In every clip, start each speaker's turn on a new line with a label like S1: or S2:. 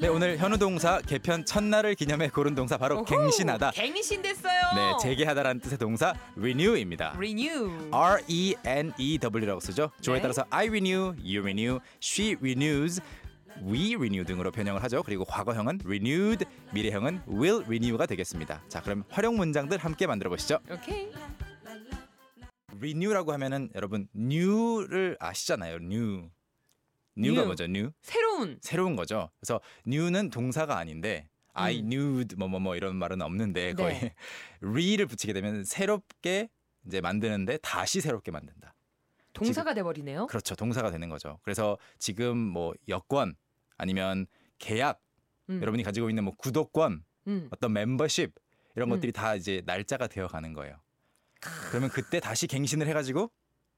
S1: 네 오늘 현우 동사 개편 첫날을 기념해 고른 동사 바로 갱신하다.
S2: 갱신 됐어요.
S1: 네 재개하다라는 뜻의 동사 renew입니다.
S2: renew.
S1: R E N E W라고 쓰죠. 조에
S2: 네.
S1: 따라서 I renew, you renew, she renews, we renew 등으로 변형을 하죠. 그리고 과거형은 renewed, 미래형은 will renew가 되겠습니다. 자, 그럼 활용 문장들 함께 만들어 보시죠.
S2: 오케이.
S1: renew라고 하면은 여러분 new를 아시잖아요. new. new가
S2: New.
S1: 뭐죠? new.
S2: 새로운.
S1: 새로운 거죠. 그래서 new는 동사가 아닌데 I newed 뭐뭐뭐 이런 말은 없는데 거의
S2: 음. 네.
S1: re를 붙이게 되면 새롭게 이제 만드는데 다시 새롭게 만든다.
S2: 동사가 돼버리네요.
S1: 그렇죠. 동사가 되는 거죠. 그래서 지금 뭐 여권 아니면 계약
S2: 음.
S1: 여러분이 가지고 있는 뭐 구독권
S2: 음.
S1: 어떤 멤버십 이런
S2: 음.
S1: 것들이 다 이제 날짜가 되어 가는 거예요. 그러면 그때 다시 갱신을 해가지고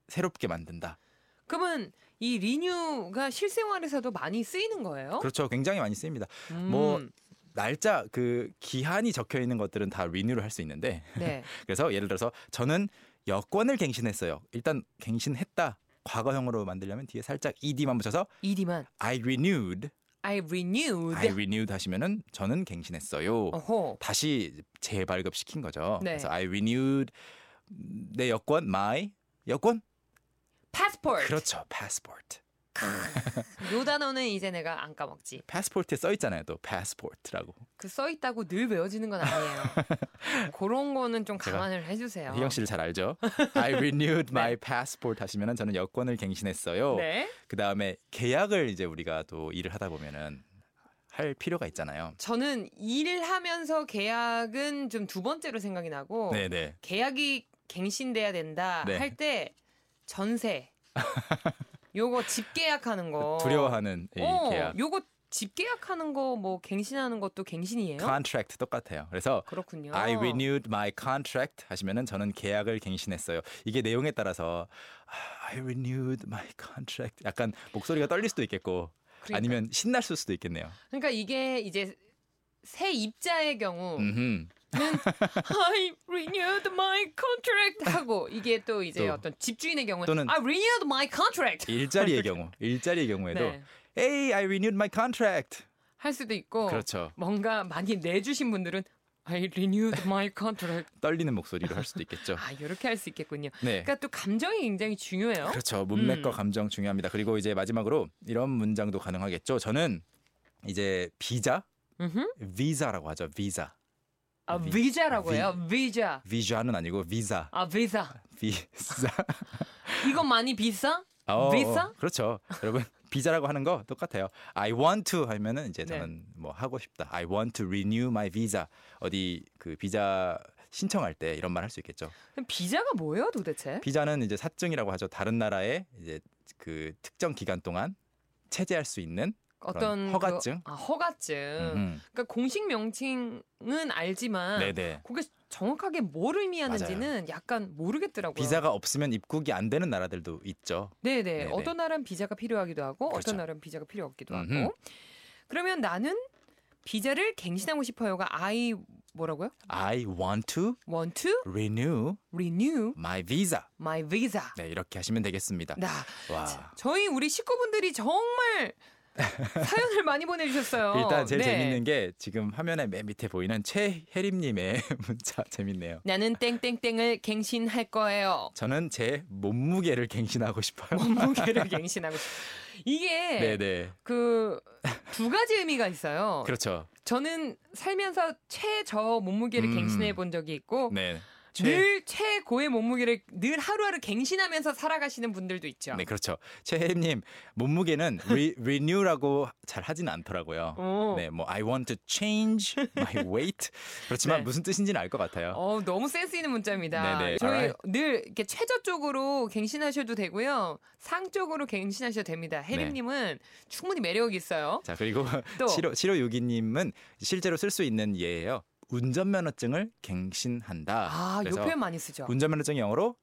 S1: 새롭게 만든다.
S2: 그러면 이 리뉴가 실생활에서도 많이 쓰이는 거예요?
S1: 그렇죠. 굉장히 많이 쓰입니다.
S2: 음.
S1: 뭐- 날짜 그 기한이 적혀 있는 것들은 다 리뉴를 할 수 있는데
S2: 네.
S1: 그래서 예를 들어서 저는 여권을 갱신했어요. 일단 갱신했다. 과거형으로 만들려면 뒤에 살짝 ed만 붙여서
S2: 이디만
S1: I renewed,
S2: I renewed.
S1: I renewed 하시면은 저는 갱신했어요.
S2: 네. 어허.
S1: 다시 재발급 시킨 거죠.
S2: 네.
S1: 그래서 I renewed 내 여권, my 여권.
S2: passport.
S1: 그렇죠, passport.
S2: 요 단어는 이제 내가 안 까먹지.
S1: passport에 써 있잖아요, 또 passport라고.
S2: 그 써 있다고 늘 외워지는 건 아니에요. 그런 거는 좀
S1: 제가
S2: 감안을 해주세요.
S1: 희경 씨를 잘 알죠? I renewed my passport 하시면은 저는 여권을 갱신했어요.
S2: 네.
S1: 그 다음에 계약을 이제 우리가 또 일을 하다 보면은 할 필요가 있잖아요.
S2: 저는 일하면서 계약은 좀 두 번째로 생각이 나고
S1: 네네.
S2: 계약이 갱신돼야 된다
S1: 네.
S2: 할 때 전세 요거 집 계약하는 거
S1: 두려워하는 이
S2: 어,
S1: 계약.
S2: 요거 집 계약하는 거 뭐 갱신하는 것도 갱신이에요?
S1: contract 똑같아요. 그래서
S2: 그렇군요.
S1: I renewed my contract 하시면은 저는 계약을 갱신했어요. 이게 내용에 따라서 아, I renewed my contract 약간 목소리가 떨릴 수도 있겠고
S2: 그러니까.
S1: 아니면 신날 수도 있겠네요.
S2: 그러니까 이게 이제 새 입자의 경우
S1: 음흠.
S2: I renewed my contract 하고 이게 또 이제
S1: 또.
S2: 어떤 집주인의 경우
S1: 또는
S2: I renewed my contract
S1: 일자리의 경우, 일자리의 경우에도
S2: 네.
S1: Hey, I renewed my contract.
S2: 할 수도 있고
S1: 그렇죠.
S2: 뭔가 많이 내주신 분들은 I renewed my contract
S1: 떨리는 목소리로 할 수도 있겠죠.
S2: 아 이렇게 할 수 있겠군요.
S1: 네.
S2: 그러니까 또 감정이 굉장히 중요해요.
S1: 그렇죠. 문맥과
S2: 음.
S1: 감정 중요합니다. 그리고 이제 마지막으로 이런 문장도 가능하겠죠. 저는 이제 비자,
S2: 음흠.
S1: 비자라고 하죠. 비자.
S2: 아
S1: 비-
S2: 비자라고
S1: 비-
S2: 해요. 비자.
S1: 비자는 아니고 비자.
S2: 아 비자.
S1: 비자.
S2: 이거 많이 비싸? 어. 비자?
S1: 그렇죠. 여러분 비자라고 하는 거 똑같아요. I want to 하면은 이제
S2: 네.
S1: 저는 뭐 하고 싶다. I want to renew my visa. 어디 그 비자 신청할 때 이런 말 할 수 있겠죠.
S2: 그럼 비자가 뭐예요 도대체?
S1: 비자는 이제 사증이라고 하죠. 다른 나라에 이제 그 특정 기간 동안 체재할 수 있는
S2: 어떤
S1: 허가증?
S2: 그, 아 허가증.
S1: 음.
S2: 그러니까 공식 명칭은 알지만
S1: 네네.
S2: 그게 정확하게 뭘 의미하는지는 약간 모르겠더라고요.
S1: 비자가 없으면 입국이 안 되는 나라들도 있죠.
S2: 네네.
S1: 네네.
S2: 어떤 나라는 비자가 필요하기도 하고
S1: 그렇죠.
S2: 어떤 나라는 비자가 필요 없기도
S1: 음흠.
S2: 하고. 그러면 나는 비자를 갱신하고 싶어요가 I 뭐라고요?
S1: I want to
S2: Want to
S1: renew
S2: renew
S1: my visa.
S2: my visa.
S1: 네, 이렇게 하시면 되겠습니다.
S2: 나
S1: 와.
S2: 저희 우리 식구분들이 정말 사연을 많이 보내주셨어요.
S1: 일단 제일
S2: 네.
S1: 재밌는 게 지금 화면에 맨 밑에 보이는 최혜림님의 문자 재밌네요.
S2: 나는 땡땡땡을 갱신할 거예요.
S1: 저는 제 몸무게를 갱신하고 싶어요.
S2: 몸무게를 갱신하고 싶- 이게
S1: 네네.
S2: 그 두 가지 의미가 있어요.
S1: 그렇죠.
S2: 저는 살면서 최저 몸무게를
S1: 음.
S2: 갱신해 본 적이 있고
S1: 네. 최,
S2: 늘 최고의 몸무게를 늘 하루하루 갱신하면서 살아가시는 분들도 있죠.
S1: 네, 그렇죠. 최혜림님, 몸무게는 리, renew라고 잘 하진 않더라고요.
S2: 오.
S1: 네, 뭐, I want to change my weight. 그렇지만
S2: 네.
S1: 무슨 뜻인지는 알 것 같아요.
S2: 어 너무 센스 있는 문자입니다.
S1: 네네.
S2: 저희
S1: Alright.
S2: 늘 이렇게 최저 쪽으로 갱신하셔도 되고요. 상 쪽으로 갱신하셔도 됩니다.
S1: 네.
S2: 혜림님은 충분히 매력이 있어요.
S1: 자, 그리고
S2: 또.
S1: 7호, 7호유기님은 실제로 쓸 수 있는 예예요. 운전면허증을 갱신한다.
S2: 아, 요
S1: 그래서
S2: 표현 많이 쓰죠.
S1: 운전면허증이 영어로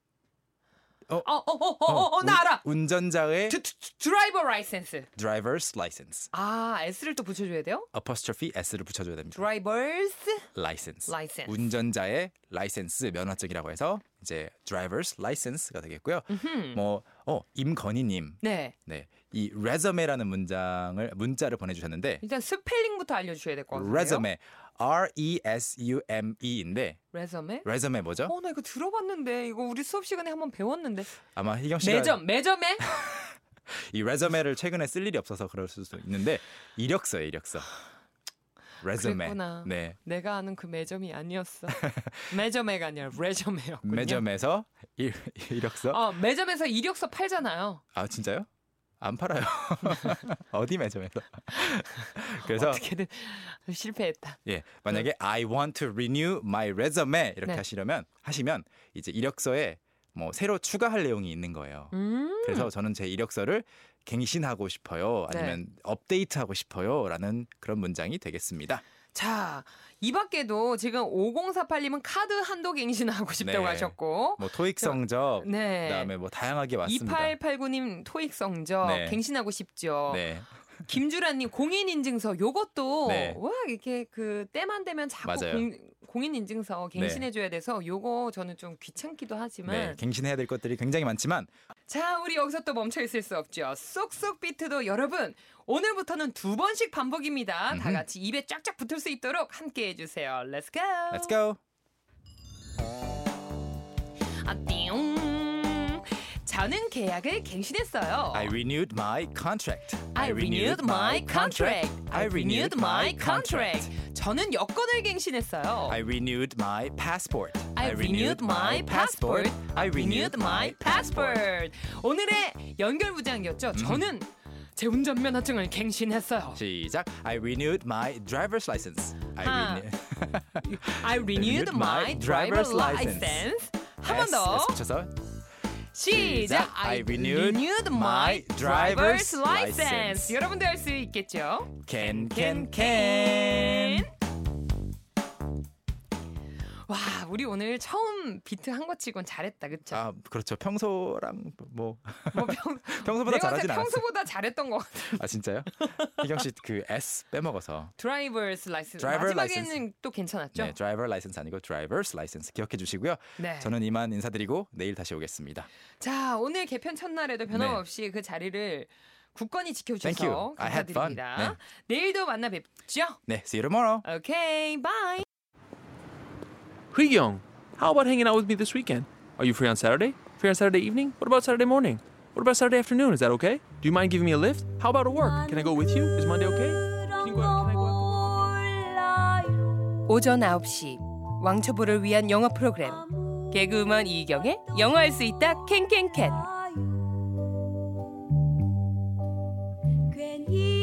S2: 어, 어, 어, 어, 어, 어, 나
S1: 운-
S2: 알아.
S1: 운전자의
S2: 드, 드, 드라이버 라이센스.
S1: driver's license.
S2: 아, S를 또 붙여줘야 돼요?
S1: apostrophe s를 붙여줘야 됩니다.
S2: 드라이버스
S1: license.
S2: 라이센스.
S1: 운전자의 라이센스 면허증이라고 해서 이제 driver's license가 되겠고요.
S2: 음흠.
S1: 뭐 어, 임건희님,
S2: 네.
S1: 네 이 resume라는 문장을 문자를 보내주셨는데
S2: 일단 스펠링부터 알려주셔야 될 것 같아요.
S1: resume, r e s u m e인데
S2: 레저메?
S1: resume 뭐죠?
S2: 어, 나 이거 들어봤는데 이거 우리 수업 시간에 한번 배웠는데.
S1: 아마 희경 씨가
S2: 매점, 매점에?
S1: 이 resume를 최근에 쓸 일이 없어서 그럴 수도 있는데 이력서 이력서 resume
S2: 그랬구나.
S1: 네
S2: 내가 아는 그 매점이 아니었어. 매점에가 아니라 레저메였군요.
S1: 매점에서 이, 이력서
S2: 어, 매점에서 이력서 팔잖아요.
S1: 아 진짜요? 안 팔아요 어디 매점에서 그래서
S2: 어떻게든 실패했다.
S1: 예 만약에 I want to renew my resume 이렇게
S2: 네.
S1: 하시려면 하시면 이제 이력서에 뭐 새로 추가할 내용이 있는 거예요
S2: 음.
S1: 그래서 저는 제 이력서를 갱신하고 싶어요
S2: 네.
S1: 아니면 업데이트하고 싶어요라는 그런 문장이 되겠습니다
S2: 자, 이 밖에도 지금 5048님은 카드 한도 갱신하고 싶다고
S1: 네.
S2: 하셨고.
S1: 뭐 토익 성적
S2: 네.
S1: 그다음에 뭐 다양하게 왔습니다.
S2: 2889님 토익 성적
S1: 네.
S2: 갱신하고 싶죠.
S1: 네,
S2: 김주란님 공인 인증서 요것도
S1: 네.
S2: 와 이렇게 그 때만 되면 자꾸
S1: 맞아요.
S2: 공, 공인 인증서 갱신해줘야 돼서 요거 저는 좀 귀찮기도 하지만
S1: 네, 갱신해야 될 것들이 굉장히 많지만
S2: 자 우리 여기서 또 멈춰 있을 수 없죠. 쏙쏙 비트도 여러분 오늘부터는 두 번씩 반복입니다. 다
S1: 음흠.
S2: 같이 입에 쫙쫙 붙을 수 있도록 함께 해주세요. Let's go.
S1: let's go.
S2: 아, 띠용. 저는 계약을 갱신했어요.
S1: I renewed my contract.
S2: I renewed my contract. I renewed my contract. 저는 여권을 갱신했어요.
S1: I renewed my passport.
S2: I renewed my passport.
S1: I
S2: renewed my passport. 음. 오늘의 연결 부장이었죠. 저는 제 운전면허증을 갱신했어요.
S1: 시작. I renewed my driver's license. I
S2: 하나,
S1: renew-
S2: I renewed my driver's license. 한 번
S1: S,
S2: 더.
S1: S 붙여서
S2: 시작. I renewed my driver's license. 여러분도 할 수 있겠죠?
S1: can can
S2: 캔
S1: can.
S2: 캔. 와, 우리 오늘 처음 비트 한 것 치곤 잘했다. 그쵸
S1: 아 그렇죠. 평소랑 뭐
S2: 뭐 평,
S1: 평소보다
S2: 내가 봤을
S1: 잘하진
S2: 때
S1: 않았어.
S2: 평소보다 잘했던 것 같아.
S1: 아 진짜요? 희경 씨 그 S 빼먹어서.
S2: 드라이버스 라이센스.
S1: Driver
S2: 마지막에는
S1: license.
S2: 또 괜찮았죠?
S1: 네, 드라이버 라이센스 아니고 드라이버스 라이센스 기억해 주시고요.
S2: 네.
S1: 저는 이만 인사드리고 내일 다시 오겠습니다.
S2: 자, 오늘 개편 첫날에도 변함없이 그 자리를 굳건히
S1: 네. Thank
S2: 지켜주셔서
S1: you. I had fun.
S2: 감사드립니다. 내일도 만나 뵙죠.
S1: 네, see you tomorrow.
S2: 오케이, 바이.
S3: Young, how about hanging out with me this weekend? Are you free on Saturday? Free on Saturday evening? What about Saturday morning? What about Saturday afternoon? Is that okay? Do you mind giving me a lift? How about a work? Can I go with you? Is Monday okay? Can you go out? Can I go out?
S2: 오전 9시 왕초보를 위한 영어 프로그램 개그우먼 이경의 영어할 수 있다 캔캔캔
S4: 괜히